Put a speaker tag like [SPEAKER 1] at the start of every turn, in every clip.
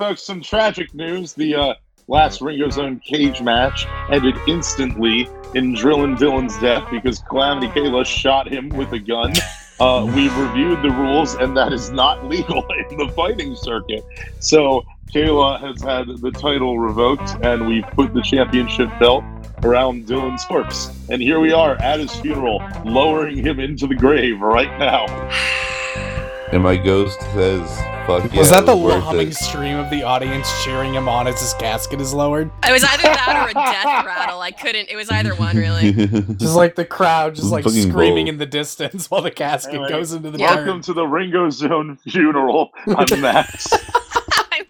[SPEAKER 1] folks, some tragic news. The uh, last Ringo's Own cage match ended instantly in Drillin' Dylan's death because Calamity Kayla shot him with a gun. Uh, we reviewed the rules, and that is not legal in the fighting circuit. So Kayla has had the title revoked, and we put the championship belt around Dylan's corpse. And here we are at his funeral, lowering him into the grave right now.
[SPEAKER 2] And my ghost says, "Fuck yeah."
[SPEAKER 3] was that
[SPEAKER 2] it
[SPEAKER 3] the
[SPEAKER 2] worth
[SPEAKER 3] lobbing
[SPEAKER 2] it."
[SPEAKER 3] stream of the audience cheering him on as his casket is lowered?
[SPEAKER 4] It was either that or a death rattle. I couldn't. It was either one, really.
[SPEAKER 3] Just like the crowd, just like
[SPEAKER 2] Fucking
[SPEAKER 3] screaming
[SPEAKER 2] bold.
[SPEAKER 3] in the distance while the casket
[SPEAKER 1] Anyway,
[SPEAKER 3] goes into the
[SPEAKER 4] Yeah.
[SPEAKER 1] Welcome
[SPEAKER 3] dirt.
[SPEAKER 1] to the Ringo Zone funeral. I'm Max.
[SPEAKER 4] I'm,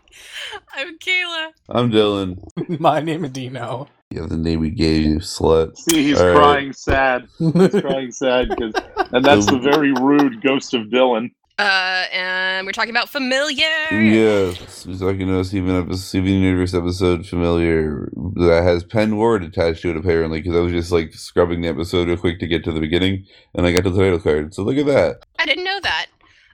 [SPEAKER 4] I'm Kayla.
[SPEAKER 2] I'm Dylan.
[SPEAKER 3] My name is Dino.
[SPEAKER 2] You have the name we gave you, slut.
[SPEAKER 1] See, he's
[SPEAKER 2] All right.
[SPEAKER 1] crying sad. He's crying sad because, and that's the very rude ghost of Dylan.
[SPEAKER 4] Uh, and we're talking about familiar.
[SPEAKER 2] Yes, we're talking about Steven, episode, Steven Universe episode familiar that has pen word attached to it apparently because I was just like scrubbing the episode real quick to get to the beginning and I got to the title card. So look at that.
[SPEAKER 4] I didn't know that.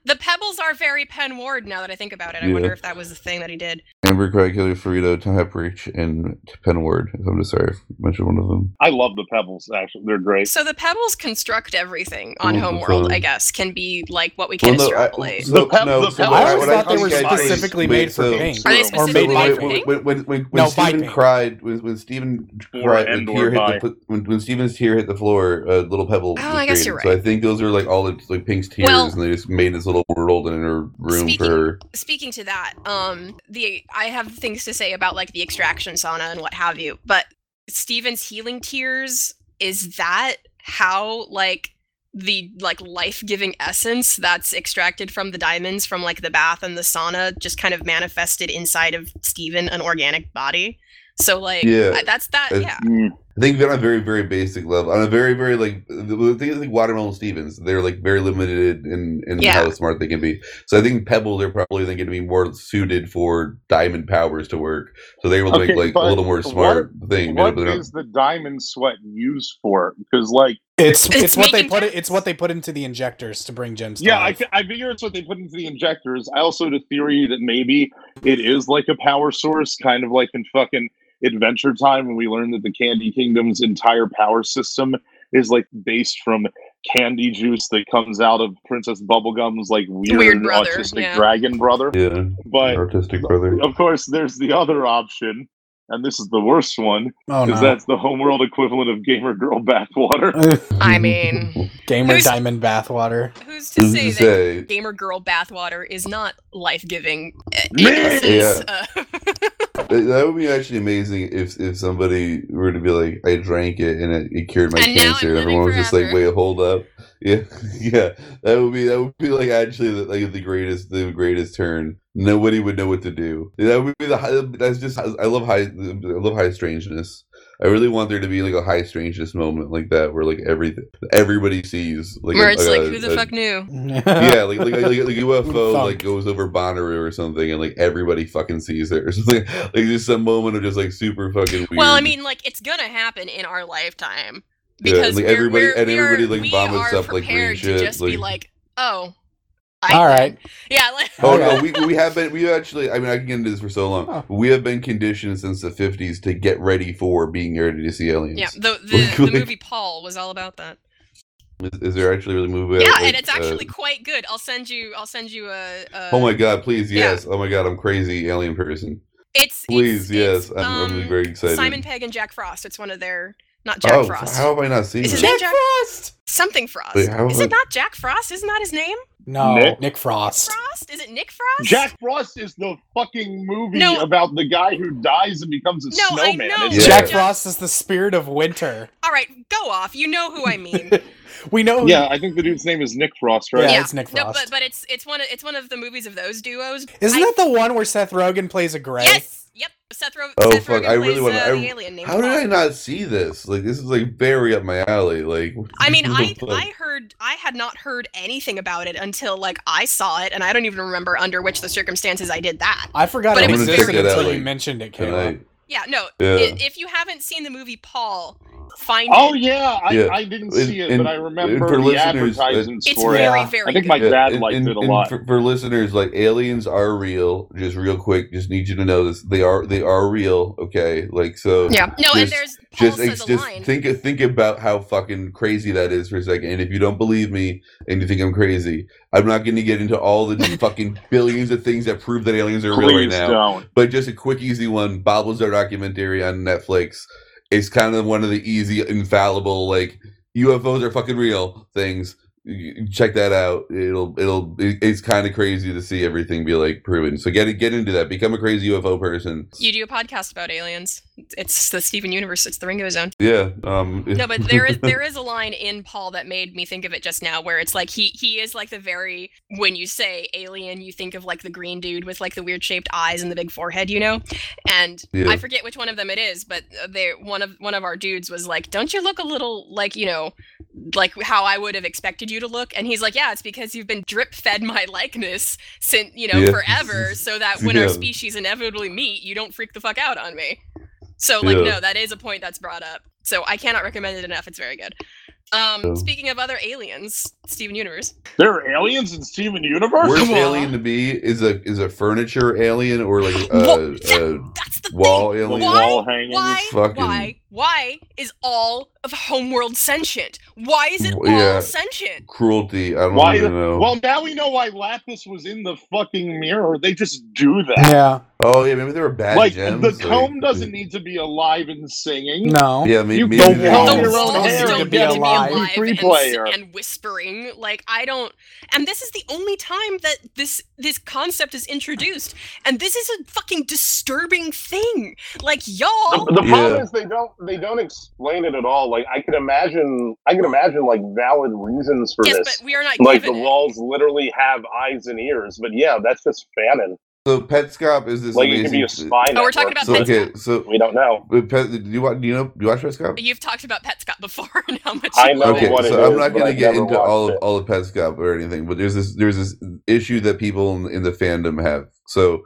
[SPEAKER 4] The pebbles are very Penn Ward. Now that I think about it, I
[SPEAKER 2] Yeah.
[SPEAKER 4] wonder if that was the thing that he did.
[SPEAKER 2] Amber Cry Killer Frito, Tom Hepperich, and Pen Word. If I'm just sorry, if I mentioned one of them.
[SPEAKER 1] I love the Pebbles. Actually, they're great.
[SPEAKER 4] So the pebbles construct everything on
[SPEAKER 2] Mhm.
[SPEAKER 4] Homeworld. I guess can be like what we can
[SPEAKER 2] Well, no, I-
[SPEAKER 4] extrapolate.
[SPEAKER 2] so-
[SPEAKER 1] The pep-
[SPEAKER 2] no,
[SPEAKER 1] the
[SPEAKER 2] so
[SPEAKER 1] pep-
[SPEAKER 2] what
[SPEAKER 1] I always thought
[SPEAKER 2] what
[SPEAKER 1] they
[SPEAKER 2] think
[SPEAKER 1] were
[SPEAKER 2] I did-
[SPEAKER 3] specifically
[SPEAKER 2] wait,
[SPEAKER 3] made for
[SPEAKER 2] so-
[SPEAKER 3] pink.
[SPEAKER 4] Are they
[SPEAKER 3] Or
[SPEAKER 4] specifically
[SPEAKER 3] made by
[SPEAKER 4] made
[SPEAKER 2] when,
[SPEAKER 4] for
[SPEAKER 3] pink.
[SPEAKER 2] when,
[SPEAKER 4] pink?
[SPEAKER 2] when, when, when,
[SPEAKER 3] No,
[SPEAKER 2] when Steven
[SPEAKER 3] Viking.
[SPEAKER 2] cried, when, when Steven
[SPEAKER 1] Or
[SPEAKER 2] cried, when,
[SPEAKER 1] and
[SPEAKER 2] tear
[SPEAKER 1] or
[SPEAKER 2] hit the,
[SPEAKER 1] Vi.
[SPEAKER 2] pl- when, when Steven's tear hit the floor, a little pebble. was
[SPEAKER 4] Oh, I guess
[SPEAKER 2] created.
[SPEAKER 4] you're
[SPEAKER 2] So
[SPEAKER 4] right.
[SPEAKER 2] I think those are like all of like Pink's tears,
[SPEAKER 4] Well-
[SPEAKER 2] and they just made this little world in her room
[SPEAKER 4] Speaking-
[SPEAKER 2] for her.
[SPEAKER 4] Speaking to that, um, the I have things to say about like the extraction sauna and what have you. But Steven's healing tears is that how like the like life-giving essence that's extracted from the diamonds from like the bath and the sauna just kind of manifested inside of Steven an organic body. So like
[SPEAKER 2] Yeah.
[SPEAKER 4] I- that's that
[SPEAKER 2] It's-
[SPEAKER 4] yeah.
[SPEAKER 1] Mm.
[SPEAKER 2] I think on a very, very basic level, on a very, very like the thing is like Watermelon Stevens, they're like very limited in, in
[SPEAKER 4] Yeah.
[SPEAKER 2] how smart they can be. So I think Pebble, they're probably then going to be more suited for diamond powers to work. So they will
[SPEAKER 1] Okay,
[SPEAKER 2] make like a
[SPEAKER 1] but
[SPEAKER 2] little more smart thing. but
[SPEAKER 1] What
[SPEAKER 2] they're not-
[SPEAKER 1] is the diamond sweat used for? Because like,
[SPEAKER 3] It's it's,
[SPEAKER 4] It's
[SPEAKER 3] what they
[SPEAKER 4] making
[SPEAKER 3] put it,
[SPEAKER 4] gems.
[SPEAKER 3] it's what they put into the injectors to bring gems. to
[SPEAKER 1] yeah, I,
[SPEAKER 3] life.
[SPEAKER 1] fi- I figure it's what they put into the injectors. I also had a theory that maybe it is like a power source, kind of like in fucking Adventure Time when we learned that the Candy Kingdom's entire power system is like based from candy juice that comes out of Princess Bubblegum's like weird,
[SPEAKER 4] Weird brother,
[SPEAKER 1] autistic
[SPEAKER 4] yeah.
[SPEAKER 1] dragon brother.
[SPEAKER 2] yeah,
[SPEAKER 1] But
[SPEAKER 2] artistic brother.
[SPEAKER 1] of course, there's the other option, and this is the worst one
[SPEAKER 3] oh
[SPEAKER 1] because
[SPEAKER 3] no,
[SPEAKER 1] that's the homeworld equivalent of gamer girl backwater.
[SPEAKER 4] I mean,
[SPEAKER 3] gamer
[SPEAKER 4] Who's-
[SPEAKER 3] diamond bathwater.
[SPEAKER 4] who's to
[SPEAKER 2] Who's
[SPEAKER 4] say
[SPEAKER 2] to
[SPEAKER 4] that
[SPEAKER 2] say?
[SPEAKER 4] gamer girl bathwater is not eh, life giving.
[SPEAKER 1] Yeah.
[SPEAKER 4] uh,
[SPEAKER 2] That would be actually amazing if if somebody were to be like, I drank it and it, it cured my
[SPEAKER 4] And now I'm
[SPEAKER 2] cancer, and
[SPEAKER 4] living
[SPEAKER 2] everyone was just like,
[SPEAKER 4] forever.
[SPEAKER 2] wait, hold up, yeah, yeah. That would be that would be like actually the, like the greatest the greatest turn. Nobody would know what to do. That would be the high, that's just I love high I love high strangeness. I really want there to be like a high strangeness moment like that where like everything everybody sees like uh,
[SPEAKER 4] Where
[SPEAKER 2] a-
[SPEAKER 4] it's
[SPEAKER 2] a-
[SPEAKER 4] like, who the
[SPEAKER 2] a-
[SPEAKER 4] fuck knew?
[SPEAKER 2] yeah, like like like, like, like UFO
[SPEAKER 3] Thunk.
[SPEAKER 2] like goes over Bonnaroo or something, and like everybody fucking sees it or something. Like just some moment of just like super fucking weird.
[SPEAKER 4] Well, I mean, like it's gonna happen in our lifetime
[SPEAKER 2] Yeah,
[SPEAKER 4] because
[SPEAKER 2] like,
[SPEAKER 4] we're,
[SPEAKER 2] everybody-
[SPEAKER 4] we're,
[SPEAKER 2] and
[SPEAKER 4] we
[SPEAKER 2] everybody,
[SPEAKER 4] are-
[SPEAKER 2] like,
[SPEAKER 4] we
[SPEAKER 2] vomits
[SPEAKER 4] are
[SPEAKER 2] up, like, green
[SPEAKER 4] prepared
[SPEAKER 2] shit,
[SPEAKER 4] to just be
[SPEAKER 2] like-
[SPEAKER 4] like, oh,
[SPEAKER 3] All right,
[SPEAKER 4] yeah, like,
[SPEAKER 2] oh no, we we have been we actually. I mean, I can get into this for so long.
[SPEAKER 3] Huh.
[SPEAKER 2] We have been conditioned since the fifties to get ready for being ready to see aliens.
[SPEAKER 4] yeah. The the,
[SPEAKER 2] Like-
[SPEAKER 4] the movie Paul was all about that.
[SPEAKER 2] Is, is there actually really a movie?
[SPEAKER 4] Yeah,
[SPEAKER 2] out, like,
[SPEAKER 4] and it's
[SPEAKER 2] uh,
[SPEAKER 4] actually quite good. I'll send you. I'll send you a. a
[SPEAKER 2] Oh my god! Please,
[SPEAKER 4] yeah.
[SPEAKER 2] yes. Oh my god! I'm crazy alien person.
[SPEAKER 4] It's it's-
[SPEAKER 2] Please, yes.
[SPEAKER 4] it's,
[SPEAKER 2] I'm, I'm
[SPEAKER 4] um,
[SPEAKER 2] very excited.
[SPEAKER 4] Simon Pegg and Jack Frost. It's one of their not Jack
[SPEAKER 2] oh,
[SPEAKER 4] Frost.
[SPEAKER 2] how have I not seen
[SPEAKER 4] Is
[SPEAKER 2] this?
[SPEAKER 4] his name Jack
[SPEAKER 3] Frost.
[SPEAKER 4] Something Frost.
[SPEAKER 2] Wait, how
[SPEAKER 4] is
[SPEAKER 2] am
[SPEAKER 4] it not Jack Frost? Isn't that his name?
[SPEAKER 3] No,
[SPEAKER 1] Nick?
[SPEAKER 3] Nick, Frost.
[SPEAKER 4] Frost? Is it Nick Frost?
[SPEAKER 1] Jack Frost is the fucking movie
[SPEAKER 4] No.
[SPEAKER 1] about the guy who dies and becomes a
[SPEAKER 4] No, I
[SPEAKER 1] snowman.
[SPEAKER 4] know.
[SPEAKER 1] isn't
[SPEAKER 2] Yeah.
[SPEAKER 3] Jack
[SPEAKER 1] it?
[SPEAKER 3] Frost is the spirit of winter.
[SPEAKER 4] All right, go off. You know who I mean.
[SPEAKER 3] We know. who-
[SPEAKER 1] Yeah, I think the dude's name is Nick Frost, right?
[SPEAKER 3] Yeah,
[SPEAKER 4] Yeah.
[SPEAKER 3] it's Nick
[SPEAKER 4] no, but
[SPEAKER 3] Frost.
[SPEAKER 4] but it's it's one of, it's one of the movies of those duos.
[SPEAKER 3] Isn't
[SPEAKER 4] I-
[SPEAKER 3] that the one where Seth Rogen plays a gray?
[SPEAKER 4] Yes. Yep. Seth, Ro-
[SPEAKER 2] Oh,
[SPEAKER 4] Seth
[SPEAKER 2] fuck,
[SPEAKER 4] Rogen
[SPEAKER 2] I really
[SPEAKER 4] plays,
[SPEAKER 2] wanna-
[SPEAKER 4] uh,
[SPEAKER 2] I-
[SPEAKER 4] the alien named
[SPEAKER 2] How did
[SPEAKER 4] Paul.
[SPEAKER 2] I not see this? Like this is like very up my alley. Like
[SPEAKER 4] I mean, I
[SPEAKER 2] what the fuck?
[SPEAKER 4] I heard I had not heard anything about it until like I saw it, and I don't even remember under which the circumstances I did that.
[SPEAKER 3] I forgot
[SPEAKER 4] But
[SPEAKER 3] it
[SPEAKER 4] it was
[SPEAKER 3] existed
[SPEAKER 4] very-
[SPEAKER 3] until
[SPEAKER 2] Yeah,
[SPEAKER 3] you
[SPEAKER 2] like,
[SPEAKER 3] mentioned it, Kayla.
[SPEAKER 2] tonight.
[SPEAKER 4] Yeah. No.
[SPEAKER 2] Yeah.
[SPEAKER 4] i- If you haven't seen the movie Paul, find
[SPEAKER 1] Oh
[SPEAKER 4] it.
[SPEAKER 1] yeah, I,
[SPEAKER 2] Yeah.
[SPEAKER 1] I didn't
[SPEAKER 2] And-
[SPEAKER 1] see it,
[SPEAKER 2] and-
[SPEAKER 1] but I remember
[SPEAKER 2] for
[SPEAKER 1] the
[SPEAKER 2] listeners, uh,
[SPEAKER 1] advertisements
[SPEAKER 4] It's
[SPEAKER 1] for
[SPEAKER 3] Yeah.
[SPEAKER 1] it.
[SPEAKER 4] very,
[SPEAKER 3] I
[SPEAKER 4] very
[SPEAKER 1] I think
[SPEAKER 4] good.
[SPEAKER 1] my dad
[SPEAKER 2] and-
[SPEAKER 1] liked
[SPEAKER 2] and-
[SPEAKER 1] it a
[SPEAKER 2] and
[SPEAKER 1] lot.
[SPEAKER 2] For, for listeners, like aliens are real. Just real quick, just need you to know this. They are they are real. Okay, like so.
[SPEAKER 4] yeah. No, and
[SPEAKER 2] just-
[SPEAKER 4] there's Paul
[SPEAKER 2] Just,
[SPEAKER 4] says
[SPEAKER 2] ex-
[SPEAKER 4] a
[SPEAKER 2] just
[SPEAKER 4] line.
[SPEAKER 2] think think about how fucking crazy that is for a second. And if you don't believe me and you think I'm crazy, I'm not going to get into all the fucking billions of things that prove that aliens are real right
[SPEAKER 1] Please
[SPEAKER 2] now.
[SPEAKER 1] don't.
[SPEAKER 2] But just a quick, easy one. Bob Lazar documentary on Netflix is kind of one of the easy, infallible, like UFOs are fucking real things. You- you Check that out. It'll it'll it- it's kind of crazy to see everything be like proven. So get get into that. Become a crazy UFO person.
[SPEAKER 4] you do a podcast about aliens. It's the Steven Universe. It's the Ringo Zone.
[SPEAKER 2] Yeah. Um,
[SPEAKER 4] No, but there is there is a line in Paul that made me think of it just now, where it's like he he is like the very when you say alien, you think of like the green dude with like the weird shaped eyes and the big forehead, you know. And
[SPEAKER 2] Yeah.
[SPEAKER 4] I forget which one of them it is, but uh, they one of one of our dudes was like, "Don't you look a little like you know, like how I would have expected you to look?" And he's like, "Yeah, it's because you've been drip fed my likeness since you know
[SPEAKER 2] Yeah.
[SPEAKER 4] forever, so that when our
[SPEAKER 2] Yeah.
[SPEAKER 4] species inevitably meet, you don't freak the fuck out on me." So like
[SPEAKER 2] Yeah.
[SPEAKER 4] no, that is a point that's brought up. So I cannot recommend it enough. It's very good. Um,
[SPEAKER 2] So-
[SPEAKER 4] Speaking of other aliens, Steven Universe.
[SPEAKER 1] There are aliens in Steven Universe.
[SPEAKER 2] worst
[SPEAKER 1] Come on.
[SPEAKER 2] alien to be is a is a furniture alien or like a,
[SPEAKER 4] Wha-
[SPEAKER 2] a
[SPEAKER 4] That's the
[SPEAKER 2] wall
[SPEAKER 1] The
[SPEAKER 2] alien.
[SPEAKER 4] Why?
[SPEAKER 1] wall hanging.
[SPEAKER 4] thing. Why?
[SPEAKER 2] fucking-
[SPEAKER 4] Why? Why is all of Homeworld sentient? Why is it all
[SPEAKER 2] Yeah.
[SPEAKER 4] sentient?
[SPEAKER 2] Cruelty. I don't
[SPEAKER 1] Why
[SPEAKER 2] even
[SPEAKER 1] the-
[SPEAKER 2] know.
[SPEAKER 1] Well, now we know why Lapis was in the fucking mirror. They just do that.
[SPEAKER 3] Yeah.
[SPEAKER 2] oh yeah, maybe there were bad
[SPEAKER 1] like
[SPEAKER 2] gems.
[SPEAKER 1] the
[SPEAKER 2] like-
[SPEAKER 1] comb doesn't need to be alive and singing.
[SPEAKER 3] No.
[SPEAKER 2] Yeah, maybe,
[SPEAKER 1] You
[SPEAKER 2] maybe
[SPEAKER 1] go
[SPEAKER 2] they
[SPEAKER 1] wall
[SPEAKER 2] don't.
[SPEAKER 1] your own
[SPEAKER 4] Still
[SPEAKER 1] hair
[SPEAKER 4] don't
[SPEAKER 3] to
[SPEAKER 4] need
[SPEAKER 3] be
[SPEAKER 4] to be
[SPEAKER 3] alive.
[SPEAKER 4] alive
[SPEAKER 1] Free
[SPEAKER 4] and, s-
[SPEAKER 1] player.
[SPEAKER 4] and whispering. Like I don't. And this is the only time that this this concept is introduced. And this is a fucking disturbing thing. Like
[SPEAKER 5] The,
[SPEAKER 4] y'all.
[SPEAKER 5] the problem
[SPEAKER 2] Yeah.
[SPEAKER 5] is they don't they don't explain it at all. Like I can imagine I can imagine like valid reasons for
[SPEAKER 4] Yes,
[SPEAKER 5] this.
[SPEAKER 4] but we are not
[SPEAKER 5] Like the
[SPEAKER 4] given. it.
[SPEAKER 5] walls literally have eyes and ears, but yeah, that's just fanon.
[SPEAKER 2] So Petscop is this
[SPEAKER 5] Like
[SPEAKER 2] amazing.
[SPEAKER 5] it could be a spy.
[SPEAKER 4] Oh, we're talking
[SPEAKER 5] network.
[SPEAKER 4] about
[SPEAKER 2] so
[SPEAKER 4] Petscop.
[SPEAKER 2] okay, so
[SPEAKER 5] We don't know.
[SPEAKER 2] but Pet, do you watch? Do you know? Do you watch Petscop?
[SPEAKER 4] You've talked about Petscop before and how much
[SPEAKER 5] I
[SPEAKER 4] you
[SPEAKER 5] know
[SPEAKER 4] love
[SPEAKER 2] Okay,
[SPEAKER 4] it.
[SPEAKER 5] what it
[SPEAKER 2] so I'm
[SPEAKER 5] is,
[SPEAKER 2] not
[SPEAKER 5] but
[SPEAKER 2] gonna
[SPEAKER 5] I've
[SPEAKER 2] get
[SPEAKER 5] never
[SPEAKER 2] into all
[SPEAKER 5] watched
[SPEAKER 2] of
[SPEAKER 5] it.
[SPEAKER 2] all of Petscop or anything, but there's this there's this issue that people in, in the fandom have. So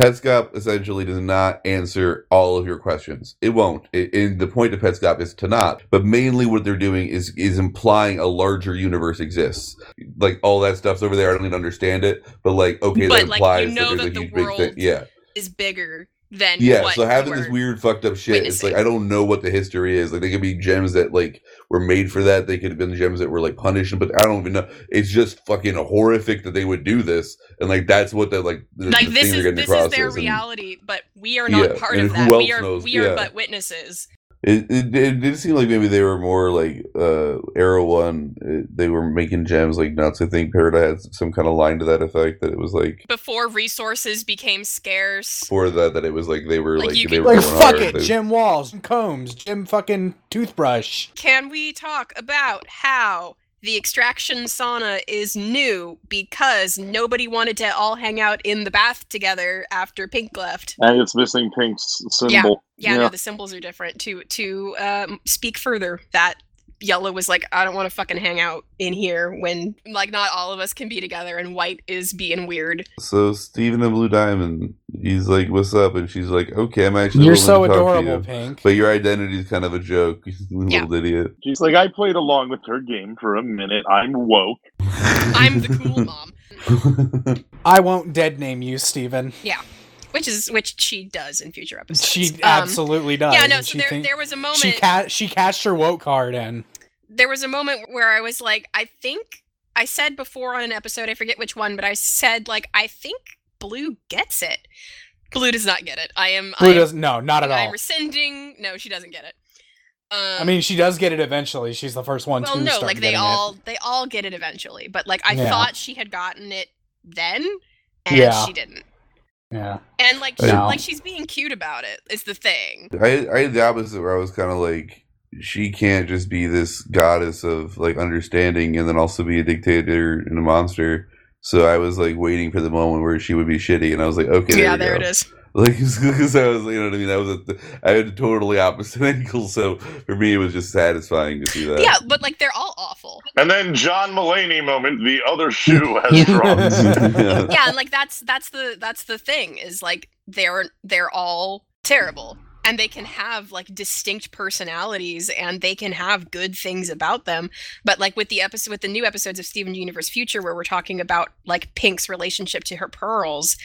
[SPEAKER 2] Petscop essentially does not answer all of your questions. It won't. It, and the point of Petscop is to not. But mainly what they're doing is is implying a larger universe exists. Like all that stuff's over there. I don't even understand it. But like okay,
[SPEAKER 4] But,
[SPEAKER 2] that
[SPEAKER 4] like,
[SPEAKER 2] implies
[SPEAKER 4] you
[SPEAKER 2] that
[SPEAKER 4] know
[SPEAKER 2] there's
[SPEAKER 4] that
[SPEAKER 2] a
[SPEAKER 4] the
[SPEAKER 2] huge big
[SPEAKER 4] world
[SPEAKER 2] thing. Yeah.
[SPEAKER 4] Is bigger than
[SPEAKER 2] yeah
[SPEAKER 4] What
[SPEAKER 2] so having
[SPEAKER 4] we
[SPEAKER 2] this
[SPEAKER 4] were-
[SPEAKER 2] weird fucked up shit it's
[SPEAKER 4] witnessing.
[SPEAKER 2] like i don't know what the history is like they could be gems that like were made for that they could have been gems that were like punished but i don't even know it's just fucking horrific that they would do this and like that's what they're like the,
[SPEAKER 4] like
[SPEAKER 2] the
[SPEAKER 4] this
[SPEAKER 2] thing
[SPEAKER 4] is
[SPEAKER 2] they're
[SPEAKER 4] this
[SPEAKER 2] getting
[SPEAKER 4] is their
[SPEAKER 2] across and
[SPEAKER 4] reality, but we are not
[SPEAKER 2] Yeah,
[SPEAKER 4] part
[SPEAKER 2] and
[SPEAKER 4] of
[SPEAKER 2] who
[SPEAKER 4] that. We
[SPEAKER 2] else
[SPEAKER 4] are
[SPEAKER 2] knows?
[SPEAKER 4] we are
[SPEAKER 2] Yeah.
[SPEAKER 4] but witnesses.
[SPEAKER 2] it, it, it did seem like maybe they were more like uh arrow one uh, they were making gems like nuts i think Parada had some kind of line to that effect that it was like
[SPEAKER 4] Before resources became scarce.
[SPEAKER 2] for that that it was like they were
[SPEAKER 4] Like,
[SPEAKER 2] like,
[SPEAKER 4] you
[SPEAKER 2] they
[SPEAKER 4] could-
[SPEAKER 2] were
[SPEAKER 3] Like
[SPEAKER 2] going
[SPEAKER 3] fuck
[SPEAKER 2] hard.
[SPEAKER 3] it,
[SPEAKER 2] They-
[SPEAKER 3] Jim Walls, combs, Jim fucking toothbrush.
[SPEAKER 4] Can we talk about how the extraction sauna is new because nobody wanted to all hang out in the bath together after Pink left?
[SPEAKER 1] And it's missing Pink's symbol.
[SPEAKER 4] Yeah, no, the symbols are different. To to um, speak further, that yellow was like, I don't want to fucking hang out in here when like not all of us can be together, and white is being weird.
[SPEAKER 2] So Steven the Blue Diamond, he's like, "What's up?" And she's like, "Okay, I'm actually
[SPEAKER 3] You're
[SPEAKER 2] willing
[SPEAKER 3] so
[SPEAKER 2] to talk to
[SPEAKER 3] adorable,
[SPEAKER 2] you,
[SPEAKER 3] Pink.
[SPEAKER 2] but your identity is kind of a joke, you little idiot."
[SPEAKER 1] She's like, I played along with her game for a minute. I'm woke.
[SPEAKER 4] I'm the cool mom,
[SPEAKER 2] mom.
[SPEAKER 3] I won't dead name you, Steven.
[SPEAKER 4] which is which she does in future episodes.
[SPEAKER 3] She
[SPEAKER 4] Um,
[SPEAKER 3] absolutely does.
[SPEAKER 4] Yeah, no.
[SPEAKER 3] and
[SPEAKER 4] So
[SPEAKER 3] she
[SPEAKER 4] there,
[SPEAKER 3] think-
[SPEAKER 4] there was a moment.
[SPEAKER 3] she ca- she cashed her woke card in.
[SPEAKER 4] there was a moment where I was like, I think I said before on an episode, I forget which one, but I said like, I think Blue gets it. Blue does not get it. I am. I
[SPEAKER 3] Blue
[SPEAKER 4] am-
[SPEAKER 3] doesn't. No, not at
[SPEAKER 4] I'm
[SPEAKER 3] all.
[SPEAKER 4] rescinding. No, she doesn't get it. Um,
[SPEAKER 3] I mean, she does get it eventually. She's the first one
[SPEAKER 4] well,
[SPEAKER 3] to
[SPEAKER 4] no,
[SPEAKER 3] start
[SPEAKER 4] like they
[SPEAKER 3] getting it.
[SPEAKER 4] all they all get it eventually, but like I
[SPEAKER 3] Yeah.
[SPEAKER 4] thought she had gotten it then, and
[SPEAKER 3] Yeah.
[SPEAKER 4] she didn't.
[SPEAKER 3] Yeah.
[SPEAKER 4] And like, she,
[SPEAKER 2] Yeah.
[SPEAKER 4] like she's being cute about it is the thing.
[SPEAKER 2] I I had the opposite where I was kind of like, she can't just be this goddess of like understanding and then also be a dictator and a monster. So I was like waiting for the moment where she would be shitty, and I was like, "Okay,
[SPEAKER 4] yeah,
[SPEAKER 2] we
[SPEAKER 4] there
[SPEAKER 2] go.
[SPEAKER 4] it is.
[SPEAKER 2] Like, because I was, you know what I mean. I was, at the, I had a totally opposite angle. So for me, it was just satisfying to see that.
[SPEAKER 4] yeah, but like they're all awful.
[SPEAKER 1] And then John Mullaney moment, the other shoe has dropped.
[SPEAKER 2] Yeah.
[SPEAKER 4] yeah and like that's that's the that's the thing is like they're they're all terrible and they can have like distinct personalities and they can have good things about them but like with the episode with the new episodes of steven universe future where we're talking about like pink's relationship to her pearls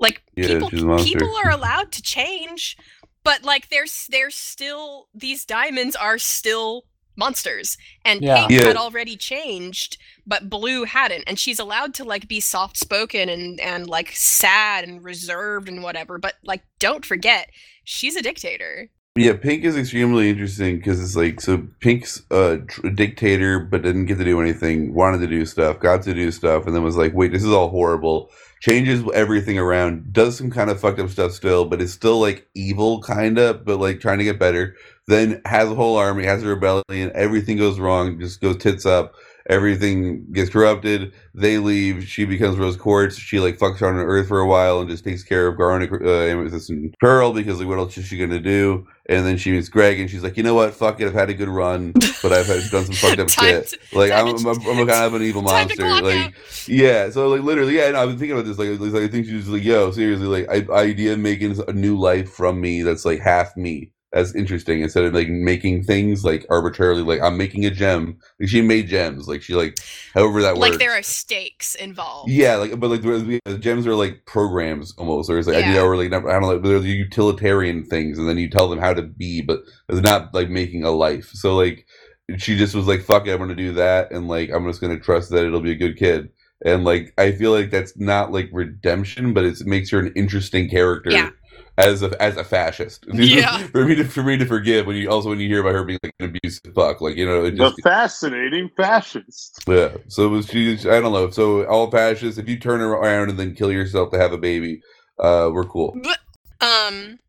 [SPEAKER 4] like
[SPEAKER 2] Yeah,
[SPEAKER 4] people
[SPEAKER 2] she's a monster.
[SPEAKER 4] people are allowed to change but like there's there's still these diamonds are still monsters and
[SPEAKER 3] Yeah.
[SPEAKER 4] pink had
[SPEAKER 2] Yeah.
[SPEAKER 4] already changed but blue hadn't and she's allowed to like be soft spoken and and like sad and reserved and whatever but like don't forget she's a dictator
[SPEAKER 2] Yeah, Pink is extremely interesting because it's like so Pink's a tr- dictator, but didn't get to do anything. Wanted to do stuff, got to do stuff, and then was like, "Wait, this is all horrible." Changes everything around, does some kind of fucked up stuff still, but is still like evil, kind of, but like trying to get better. Then has a whole army, has a rebellion, everything goes wrong, just goes tits up. Everything gets corrupted. They leave. She becomes Rose Quartz. She like fucks around on Earth for a while and just takes care of Garnet, uh, Amethyst, and Pearl because like what else is she gonna do? And then she meets Greg, and she's like, you know what? Fuck it. I've had a good run, but I've had, done some fucked up
[SPEAKER 4] Time
[SPEAKER 2] shit. like
[SPEAKER 4] time
[SPEAKER 2] I'm,
[SPEAKER 4] to-
[SPEAKER 2] I'm, I'm kind of an evil
[SPEAKER 4] Time to
[SPEAKER 2] monster.
[SPEAKER 4] clock
[SPEAKER 2] Like
[SPEAKER 4] out.
[SPEAKER 2] yeah. So like literally, yeah. No, I've been thinking about this. Like, it's like I think she's just like, yo, seriously, like I, idea of making a new life from me that's like half me. That's interesting. Instead of like making things like arbitrarily, like I'm making a gem. Like she made gems. Like she like however that works.
[SPEAKER 4] like there are stakes involved
[SPEAKER 2] Yeah, like but like the, the gems are like programs almost, or it's like I idea
[SPEAKER 4] Yeah.
[SPEAKER 2] or like not- I don't know, like, they're the utilitarian things, and then you tell them how to be, but it's not like making a life. So like she just was like, "Fuck it, I'm gonna do that," and like I'm just gonna trust that it'll be a good kid. And like I feel like that's not like redemption, but it's, it makes her an interesting character.
[SPEAKER 4] Yeah.
[SPEAKER 2] As a as a fascist,
[SPEAKER 4] Yeah.
[SPEAKER 2] for me to for me to forgive when you also when you hear about her being like an abusive fuck, like you know, it
[SPEAKER 1] The
[SPEAKER 2] just
[SPEAKER 1] fascinating fascist.
[SPEAKER 2] yeah. So it was she? I don't know. So all fascists. If you turn around and then kill yourself to have a baby, uh, we're cool.
[SPEAKER 4] but, um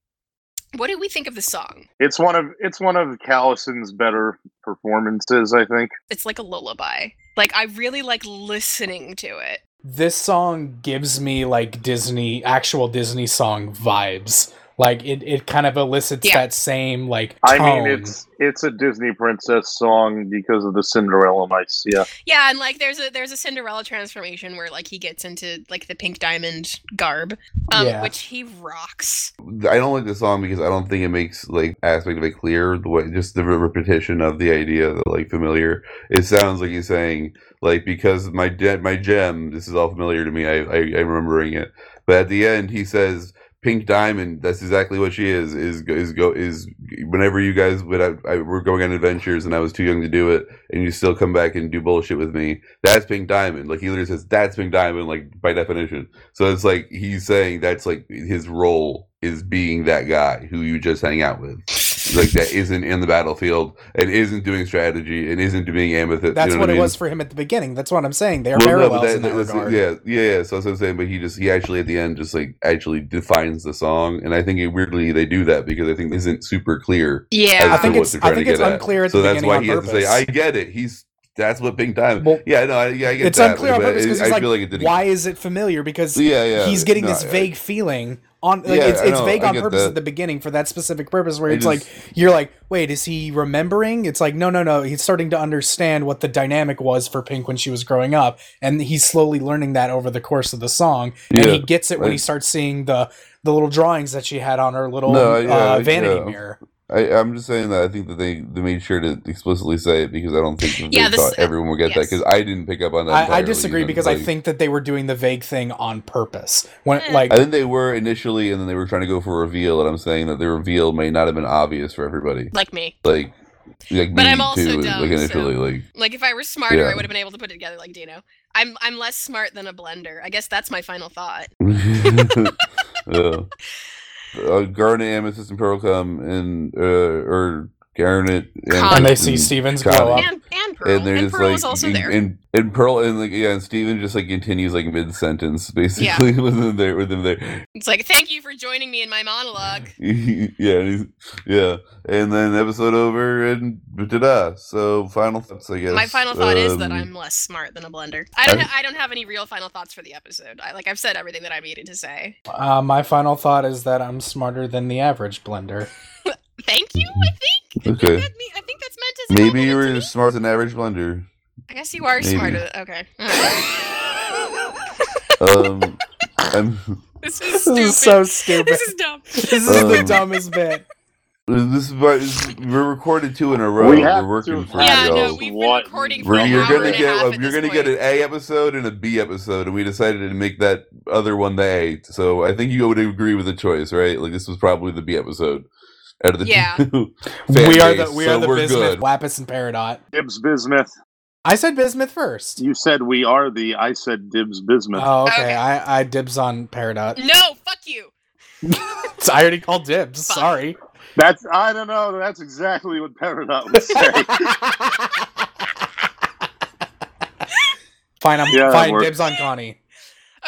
[SPEAKER 4] what did we think of the song
[SPEAKER 1] It's one of it's one of Callison's better performances, I think.
[SPEAKER 4] it's like a lullaby like i really like listening to it
[SPEAKER 3] This song gives me like Disney, actual Disney song vibes. Like it, it kind of elicits
[SPEAKER 4] Yeah.
[SPEAKER 3] that same like
[SPEAKER 1] I
[SPEAKER 3] tone.
[SPEAKER 2] Oh.
[SPEAKER 1] mean, it's it's a Disney princess song because of the Cinderella mice. Yeah,
[SPEAKER 4] Yeah, and like there's a there's a Cinderella transformation where like he gets into like the pink diamond garb, um,
[SPEAKER 3] Yeah.
[SPEAKER 4] which he rocks.
[SPEAKER 2] I don't like the song because I don't think it makes like aspect of it clear. The way just the repetition of the idea that like familiar. It sounds like he's saying like because my gem, my gem. This is all familiar to me. I, I I'm remembering it. But at the end, he says. Pink diamond. That's exactly what she is. Is is go is whenever you guys would I, I were going on adventures and I was too young to do it, and you still come back and do bullshit with me. That's pink diamond. Like he literally says, that's pink diamond. Like by definition. So it's like he's saying that's like his role is being that guy who you just hang out with, like that isn't in the battlefield and isn't doing strategy and isn't doing amethyst.
[SPEAKER 3] That's
[SPEAKER 2] you know
[SPEAKER 3] what,
[SPEAKER 2] I
[SPEAKER 3] it
[SPEAKER 2] mean?
[SPEAKER 3] was for him at the beginning. That's what I'm saying. They are
[SPEAKER 2] Well, no,
[SPEAKER 3] parallels
[SPEAKER 2] but
[SPEAKER 3] in that
[SPEAKER 2] that's-
[SPEAKER 3] regard.
[SPEAKER 2] yeah, yeah, yeah. So that's what I'm saying. But he just he actually at the end just like actually defines the song, and I think it, weirdly they do that because I think it isn't super clear.
[SPEAKER 4] Yeah,
[SPEAKER 3] I think
[SPEAKER 2] what
[SPEAKER 3] it's-
[SPEAKER 2] they're
[SPEAKER 3] I
[SPEAKER 2] trying
[SPEAKER 3] think
[SPEAKER 2] to
[SPEAKER 3] it's
[SPEAKER 2] get at.
[SPEAKER 3] unclear at
[SPEAKER 2] so
[SPEAKER 3] the
[SPEAKER 2] that's
[SPEAKER 3] beginning
[SPEAKER 2] why
[SPEAKER 3] on
[SPEAKER 2] he has to say,
[SPEAKER 3] purpose.
[SPEAKER 2] "I get it. He's that's what Pink Diamond."
[SPEAKER 3] Well,
[SPEAKER 2] yeah, no, I, yeah, I get
[SPEAKER 3] it's
[SPEAKER 2] that.
[SPEAKER 3] unclear on
[SPEAKER 2] but
[SPEAKER 3] purpose
[SPEAKER 2] it-
[SPEAKER 3] because
[SPEAKER 2] I
[SPEAKER 3] he's
[SPEAKER 2] feel like
[SPEAKER 3] like,
[SPEAKER 2] it didn't.
[SPEAKER 3] why is it familiar? Because
[SPEAKER 2] Yeah, yeah.
[SPEAKER 3] he's getting
[SPEAKER 2] no,
[SPEAKER 3] this
[SPEAKER 2] I-
[SPEAKER 3] vague feeling on like
[SPEAKER 2] Yeah,
[SPEAKER 3] it's,
[SPEAKER 2] I
[SPEAKER 3] it's
[SPEAKER 2] know,
[SPEAKER 3] vague
[SPEAKER 2] I
[SPEAKER 3] on
[SPEAKER 2] get
[SPEAKER 3] purpose
[SPEAKER 2] that.
[SPEAKER 3] at the beginning for that specific purpose where
[SPEAKER 2] I
[SPEAKER 3] it's like
[SPEAKER 2] just-
[SPEAKER 3] you're like wait is he remembering it's like no no no he's starting to understand what the dynamic was for pink when she was growing up and he's slowly learning that over the course of the song and
[SPEAKER 2] Yeah,
[SPEAKER 3] he gets it when
[SPEAKER 2] right.
[SPEAKER 3] he starts seeing the the little drawings that she had on her little
[SPEAKER 2] No, yeah,
[SPEAKER 3] uh,
[SPEAKER 2] yeah.
[SPEAKER 3] vanity mirror
[SPEAKER 2] I, I'm just saying that I think that they, they made sure to explicitly say it because I don't think that
[SPEAKER 4] Yeah,
[SPEAKER 2] they
[SPEAKER 4] this-
[SPEAKER 2] thought everyone would get that
[SPEAKER 4] yes.
[SPEAKER 2] because I didn't pick up on that.
[SPEAKER 3] I, I
[SPEAKER 2] entirely,
[SPEAKER 3] disagree
[SPEAKER 2] even,
[SPEAKER 3] because I
[SPEAKER 2] like-
[SPEAKER 3] think that they were doing the vague thing on purpose when
[SPEAKER 4] Eh.
[SPEAKER 3] like
[SPEAKER 2] I think they were initially, and then they were trying to go for a reveal, and I'm saying that the reveal may not have been obvious for everybody.
[SPEAKER 4] like me.
[SPEAKER 2] Like, like
[SPEAKER 4] But
[SPEAKER 2] me
[SPEAKER 4] I'm also
[SPEAKER 2] too.
[SPEAKER 4] dumb,
[SPEAKER 2] like initially,
[SPEAKER 4] so-
[SPEAKER 2] like
[SPEAKER 4] Like if I were smarter,
[SPEAKER 2] Yeah.
[SPEAKER 4] I would have been able to put it together like Dino. I'm I'm less smart than a blender. I guess that's my final thought.
[SPEAKER 2] yeah. Uh, Garnet, Amethyst, and Pearl come, and uh, or Garnet,
[SPEAKER 4] Con-
[SPEAKER 3] and they
[SPEAKER 2] Amethyst,
[SPEAKER 3] see Stevens
[SPEAKER 2] Got
[SPEAKER 3] grow
[SPEAKER 2] it.
[SPEAKER 3] up
[SPEAKER 4] And and Pearl and,
[SPEAKER 2] they're just,
[SPEAKER 4] Pearl
[SPEAKER 2] like,
[SPEAKER 4] is also
[SPEAKER 2] and,
[SPEAKER 4] there.
[SPEAKER 2] And, and Pearl and like yeah, and Steven just like continues like mid sentence basically with him there with him there.
[SPEAKER 4] it's like thank you for joining me in my monologue.
[SPEAKER 2] yeah, and he's, yeah. And then episode over and da So final thoughts, I guess.
[SPEAKER 4] My final thought is that
[SPEAKER 2] Um,
[SPEAKER 4] I'm less smart than a blender. I don't
[SPEAKER 2] I-
[SPEAKER 4] ha- I don't have any real final thoughts for the episode. I like I've said everything that I needed to say.
[SPEAKER 3] uh, my final thought is that I'm smarter than the average blender
[SPEAKER 4] Thank you. I think. I think
[SPEAKER 2] Okay.
[SPEAKER 4] that me- I think that's meant as a
[SPEAKER 2] Maybe you
[SPEAKER 4] compliment to
[SPEAKER 2] were
[SPEAKER 4] me.
[SPEAKER 2] smarter than average blender.
[SPEAKER 4] I guess you are
[SPEAKER 2] Maybe.
[SPEAKER 4] smarter. Okay. Alright.
[SPEAKER 2] Um, I'm
[SPEAKER 4] this
[SPEAKER 3] This
[SPEAKER 4] is stupid.
[SPEAKER 3] is so stupid.
[SPEAKER 4] This is dumb.
[SPEAKER 3] This is the
[SPEAKER 2] Um,
[SPEAKER 3] dumbest bit.
[SPEAKER 2] This is why this is- we're recorded two in a row.
[SPEAKER 1] We have
[SPEAKER 2] are working
[SPEAKER 1] to
[SPEAKER 2] for
[SPEAKER 1] have-
[SPEAKER 4] Yeah,
[SPEAKER 2] you
[SPEAKER 4] no,
[SPEAKER 1] Yo,
[SPEAKER 4] we've been
[SPEAKER 1] what-
[SPEAKER 4] recording for
[SPEAKER 2] We're,
[SPEAKER 4] an
[SPEAKER 2] you're
[SPEAKER 4] hour
[SPEAKER 2] gonna
[SPEAKER 4] and a
[SPEAKER 2] get uh,
[SPEAKER 4] half at
[SPEAKER 2] you're
[SPEAKER 4] this
[SPEAKER 2] gonna
[SPEAKER 4] point.
[SPEAKER 2] get an A episode and a B episode, and we decided to make that other one the A. So I think you would agree with the choice, right? Like this was probably the B episode out of the
[SPEAKER 4] Yeah.
[SPEAKER 2] two.
[SPEAKER 3] we are
[SPEAKER 2] base,
[SPEAKER 3] the we
[SPEAKER 2] so
[SPEAKER 3] are the
[SPEAKER 2] we're
[SPEAKER 3] Bismuth,
[SPEAKER 2] good.
[SPEAKER 3] Lapis, and Peridot.
[SPEAKER 1] Dibs Bismuth.
[SPEAKER 3] I said Bismuth first.
[SPEAKER 1] You said we are the. I said Dibs Bismuth.
[SPEAKER 2] Uh,
[SPEAKER 3] Oh, okay.
[SPEAKER 4] Okay.
[SPEAKER 3] I, I dibs on Peridot.
[SPEAKER 4] No, fuck you.
[SPEAKER 3] So I already called dibs.
[SPEAKER 4] Fuck.
[SPEAKER 3] Sorry.
[SPEAKER 1] That's. I don't know. That's exactly what Peridot would say.
[SPEAKER 3] fine, I'm
[SPEAKER 1] Yeah, that
[SPEAKER 3] fine.
[SPEAKER 1] worked.
[SPEAKER 3] Dibs on Connie.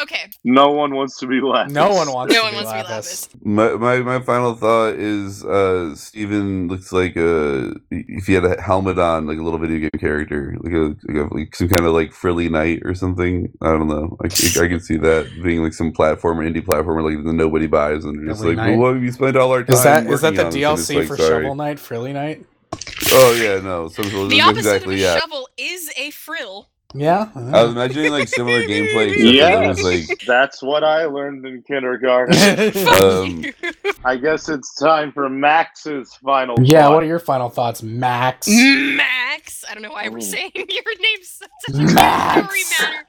[SPEAKER 4] Okay,
[SPEAKER 1] no one wants to be left.
[SPEAKER 3] No one wants.
[SPEAKER 4] No
[SPEAKER 3] to
[SPEAKER 4] one
[SPEAKER 3] be
[SPEAKER 4] wants to be
[SPEAKER 3] Lapis.
[SPEAKER 2] My, my my final thought is uh Steven looks like a if he had a helmet on like a little video game character like a like, a, like some kind of like frilly knight or something I don't know I, c- I can see that being like some platform indie platformer like that nobody buys and you're just
[SPEAKER 3] Frilly
[SPEAKER 2] like
[SPEAKER 3] Knight.
[SPEAKER 2] well, what have you spent all our time
[SPEAKER 3] Is that is that
[SPEAKER 2] working
[SPEAKER 3] the
[SPEAKER 2] on?" And it's
[SPEAKER 3] DLC
[SPEAKER 2] like,
[SPEAKER 3] for
[SPEAKER 2] "Sorry."
[SPEAKER 3] Shovel Knight, Frilly Knight?
[SPEAKER 2] oh yeah no some,
[SPEAKER 4] the opposite
[SPEAKER 2] exactly
[SPEAKER 4] of a
[SPEAKER 2] yeah
[SPEAKER 4] shovel is a frill.
[SPEAKER 3] Yeah.
[SPEAKER 2] I was imagining like similar gameplay except that it was
[SPEAKER 1] Yes.
[SPEAKER 2] like
[SPEAKER 1] That's what I learned in kindergarten.
[SPEAKER 4] Fuck
[SPEAKER 2] Um,
[SPEAKER 4] you.
[SPEAKER 1] I guess it's time for Max's final.
[SPEAKER 3] yeah.
[SPEAKER 1] thought.
[SPEAKER 3] What are your final thoughts, Max? Oh.
[SPEAKER 4] Max. I don't know why we're
[SPEAKER 1] Ooh.
[SPEAKER 4] saying your name such a
[SPEAKER 3] Max.
[SPEAKER 4] story matter.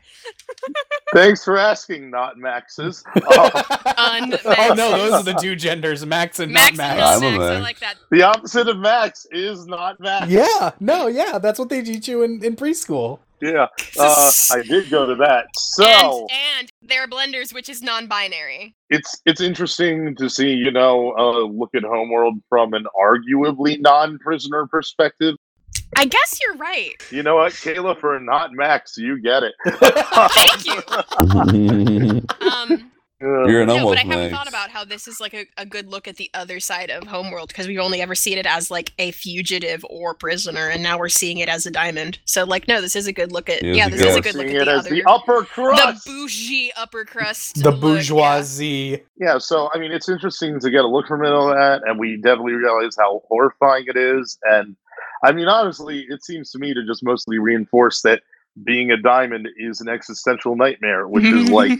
[SPEAKER 1] Thanks for asking, not Max's. Uh,
[SPEAKER 3] oh no, those are the two genders, Max and not
[SPEAKER 4] Max, Max.
[SPEAKER 2] I'm
[SPEAKER 3] Max.
[SPEAKER 2] a
[SPEAKER 4] Max. I
[SPEAKER 2] Max.
[SPEAKER 4] like that.
[SPEAKER 1] the opposite of Max is not Max.
[SPEAKER 3] Yeah. No. Yeah. That's what they teach you in, in preschool.
[SPEAKER 1] Yeah, uh, I did go to that. So
[SPEAKER 4] and, and they're blenders, which is non-binary.
[SPEAKER 1] it's it's interesting to see you know uh, look at Homeworld from an arguably non-prisoner perspective.
[SPEAKER 4] I guess you're right.
[SPEAKER 1] You know what, Kayla, for not Max, you get it. Uh,
[SPEAKER 4] Thank you. Um,
[SPEAKER 2] you're an
[SPEAKER 4] no, but I
[SPEAKER 2] almost
[SPEAKER 4] haven't thought
[SPEAKER 2] Max.
[SPEAKER 4] about how this is like a, a good look at the other side of Homeworld because we've only ever seen it as like a fugitive or prisoner, and now we're seeing it as a diamond. So like, no, this is a good look at.
[SPEAKER 2] It is
[SPEAKER 4] Yeah,
[SPEAKER 2] a
[SPEAKER 4] this
[SPEAKER 2] good
[SPEAKER 4] is a
[SPEAKER 2] look.
[SPEAKER 4] good look
[SPEAKER 1] Seeing
[SPEAKER 4] at
[SPEAKER 1] it
[SPEAKER 4] the
[SPEAKER 1] as
[SPEAKER 4] other.
[SPEAKER 1] the upper
[SPEAKER 4] the
[SPEAKER 1] crust.
[SPEAKER 4] bougie upper crust.
[SPEAKER 3] The
[SPEAKER 4] look, yeah.
[SPEAKER 3] bourgeoisie.
[SPEAKER 1] yeah, so I mean, it's interesting to get a look from it on that, and we definitely realize how horrifying it is. And I mean, honestly, it seems to me to just mostly reinforce that being a diamond is an existential nightmare, which is like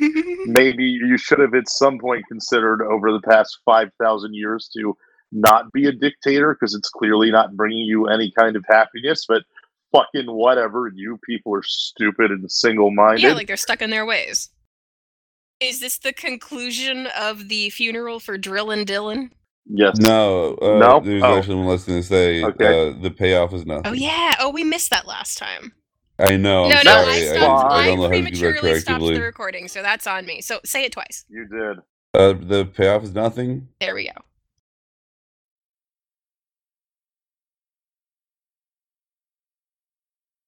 [SPEAKER 1] maybe you should have at some point considered over the past 5,000 years to not be a dictator because it's clearly not bringing you any kind of happiness, but fucking whatever. You people are stupid and single minded.
[SPEAKER 4] yeah, like they're stuck in their ways. Is this the conclusion of the funeral for Drill and Dylan?
[SPEAKER 1] yes.
[SPEAKER 2] No, uh,
[SPEAKER 1] No?
[SPEAKER 2] There's
[SPEAKER 1] Oh.
[SPEAKER 2] actually one less thing to say.
[SPEAKER 1] Okay.
[SPEAKER 2] Uh, the payoff is nothing.
[SPEAKER 4] Oh yeah. Oh, we missed that last time.
[SPEAKER 2] I know. Oh, I'm
[SPEAKER 4] no, no, I
[SPEAKER 2] sorry. I,
[SPEAKER 4] stopped.
[SPEAKER 2] I
[SPEAKER 4] I,
[SPEAKER 2] don't know how to do that
[SPEAKER 4] prematurely stopped the
[SPEAKER 2] correctly.
[SPEAKER 4] recording, so that's on me. So say it twice.
[SPEAKER 1] You did.
[SPEAKER 2] Uh, the payoff is nothing.
[SPEAKER 4] There we go.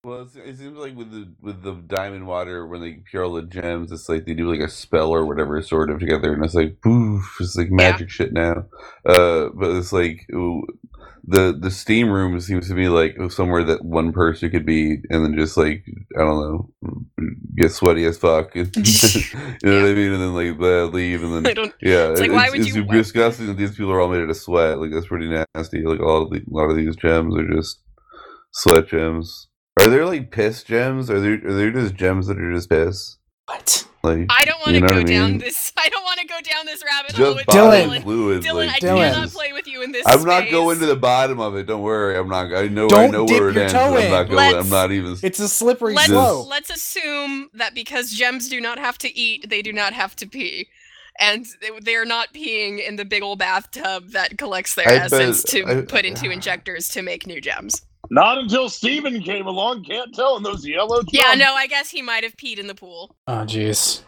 [SPEAKER 2] Well, it's, it seems like with the with the diamond water when they pure all the gems, it's like they do like a spell or whatever sort of together, and it's like poof, it's like magic shit now. Uh, but it's like ooh, the the steam room seems to be like somewhere that one person could be, and then just like I don't know, get sweaty as fuck. you know what I mean? And then like uh, leave, and
[SPEAKER 4] I
[SPEAKER 2] then
[SPEAKER 4] don't.
[SPEAKER 2] yeah,
[SPEAKER 4] It's like, why would you-
[SPEAKER 2] disgusting that these people are all made out of sweat. Like that's pretty nasty. Like all of the, a lot of these gems are just sweat gems. Are there like piss gems? Are there are there just gems that are just piss?
[SPEAKER 3] What?
[SPEAKER 2] Like
[SPEAKER 4] I don't want to
[SPEAKER 2] You know
[SPEAKER 4] go
[SPEAKER 2] what I
[SPEAKER 4] down
[SPEAKER 2] mean?
[SPEAKER 4] this. I don't want to go down this rabbit hole
[SPEAKER 2] just
[SPEAKER 4] with
[SPEAKER 2] bodily
[SPEAKER 3] Dylan.
[SPEAKER 2] fluids.
[SPEAKER 4] Dylan, I
[SPEAKER 2] like,
[SPEAKER 3] Dylan.
[SPEAKER 4] cannot
[SPEAKER 2] Jesus.
[SPEAKER 4] play with you in this.
[SPEAKER 2] I'm not
[SPEAKER 4] space.
[SPEAKER 2] going to the bottom of it. Don't worry. I'm not. I know. I
[SPEAKER 3] Don't
[SPEAKER 2] know
[SPEAKER 3] dip
[SPEAKER 2] where it
[SPEAKER 3] your
[SPEAKER 2] ends.
[SPEAKER 3] toe in.
[SPEAKER 2] I'm not going.
[SPEAKER 4] Let's-
[SPEAKER 2] I'm not even.
[SPEAKER 3] It's a slippery
[SPEAKER 4] Let's,
[SPEAKER 3] slope.
[SPEAKER 4] let's assume that because gems do not have to eat, they do not have to pee. And they- they're not peeing in the big old bathtub that collects their
[SPEAKER 2] I bet-
[SPEAKER 4] essence to
[SPEAKER 2] I-
[SPEAKER 4] put into injectors to make new gems.
[SPEAKER 1] Not until Steven came along. Can't tell in those yellow.
[SPEAKER 4] Yeah,
[SPEAKER 1] drums.
[SPEAKER 4] no, I guess he might have peed in the pool.
[SPEAKER 3] Oh, jeez.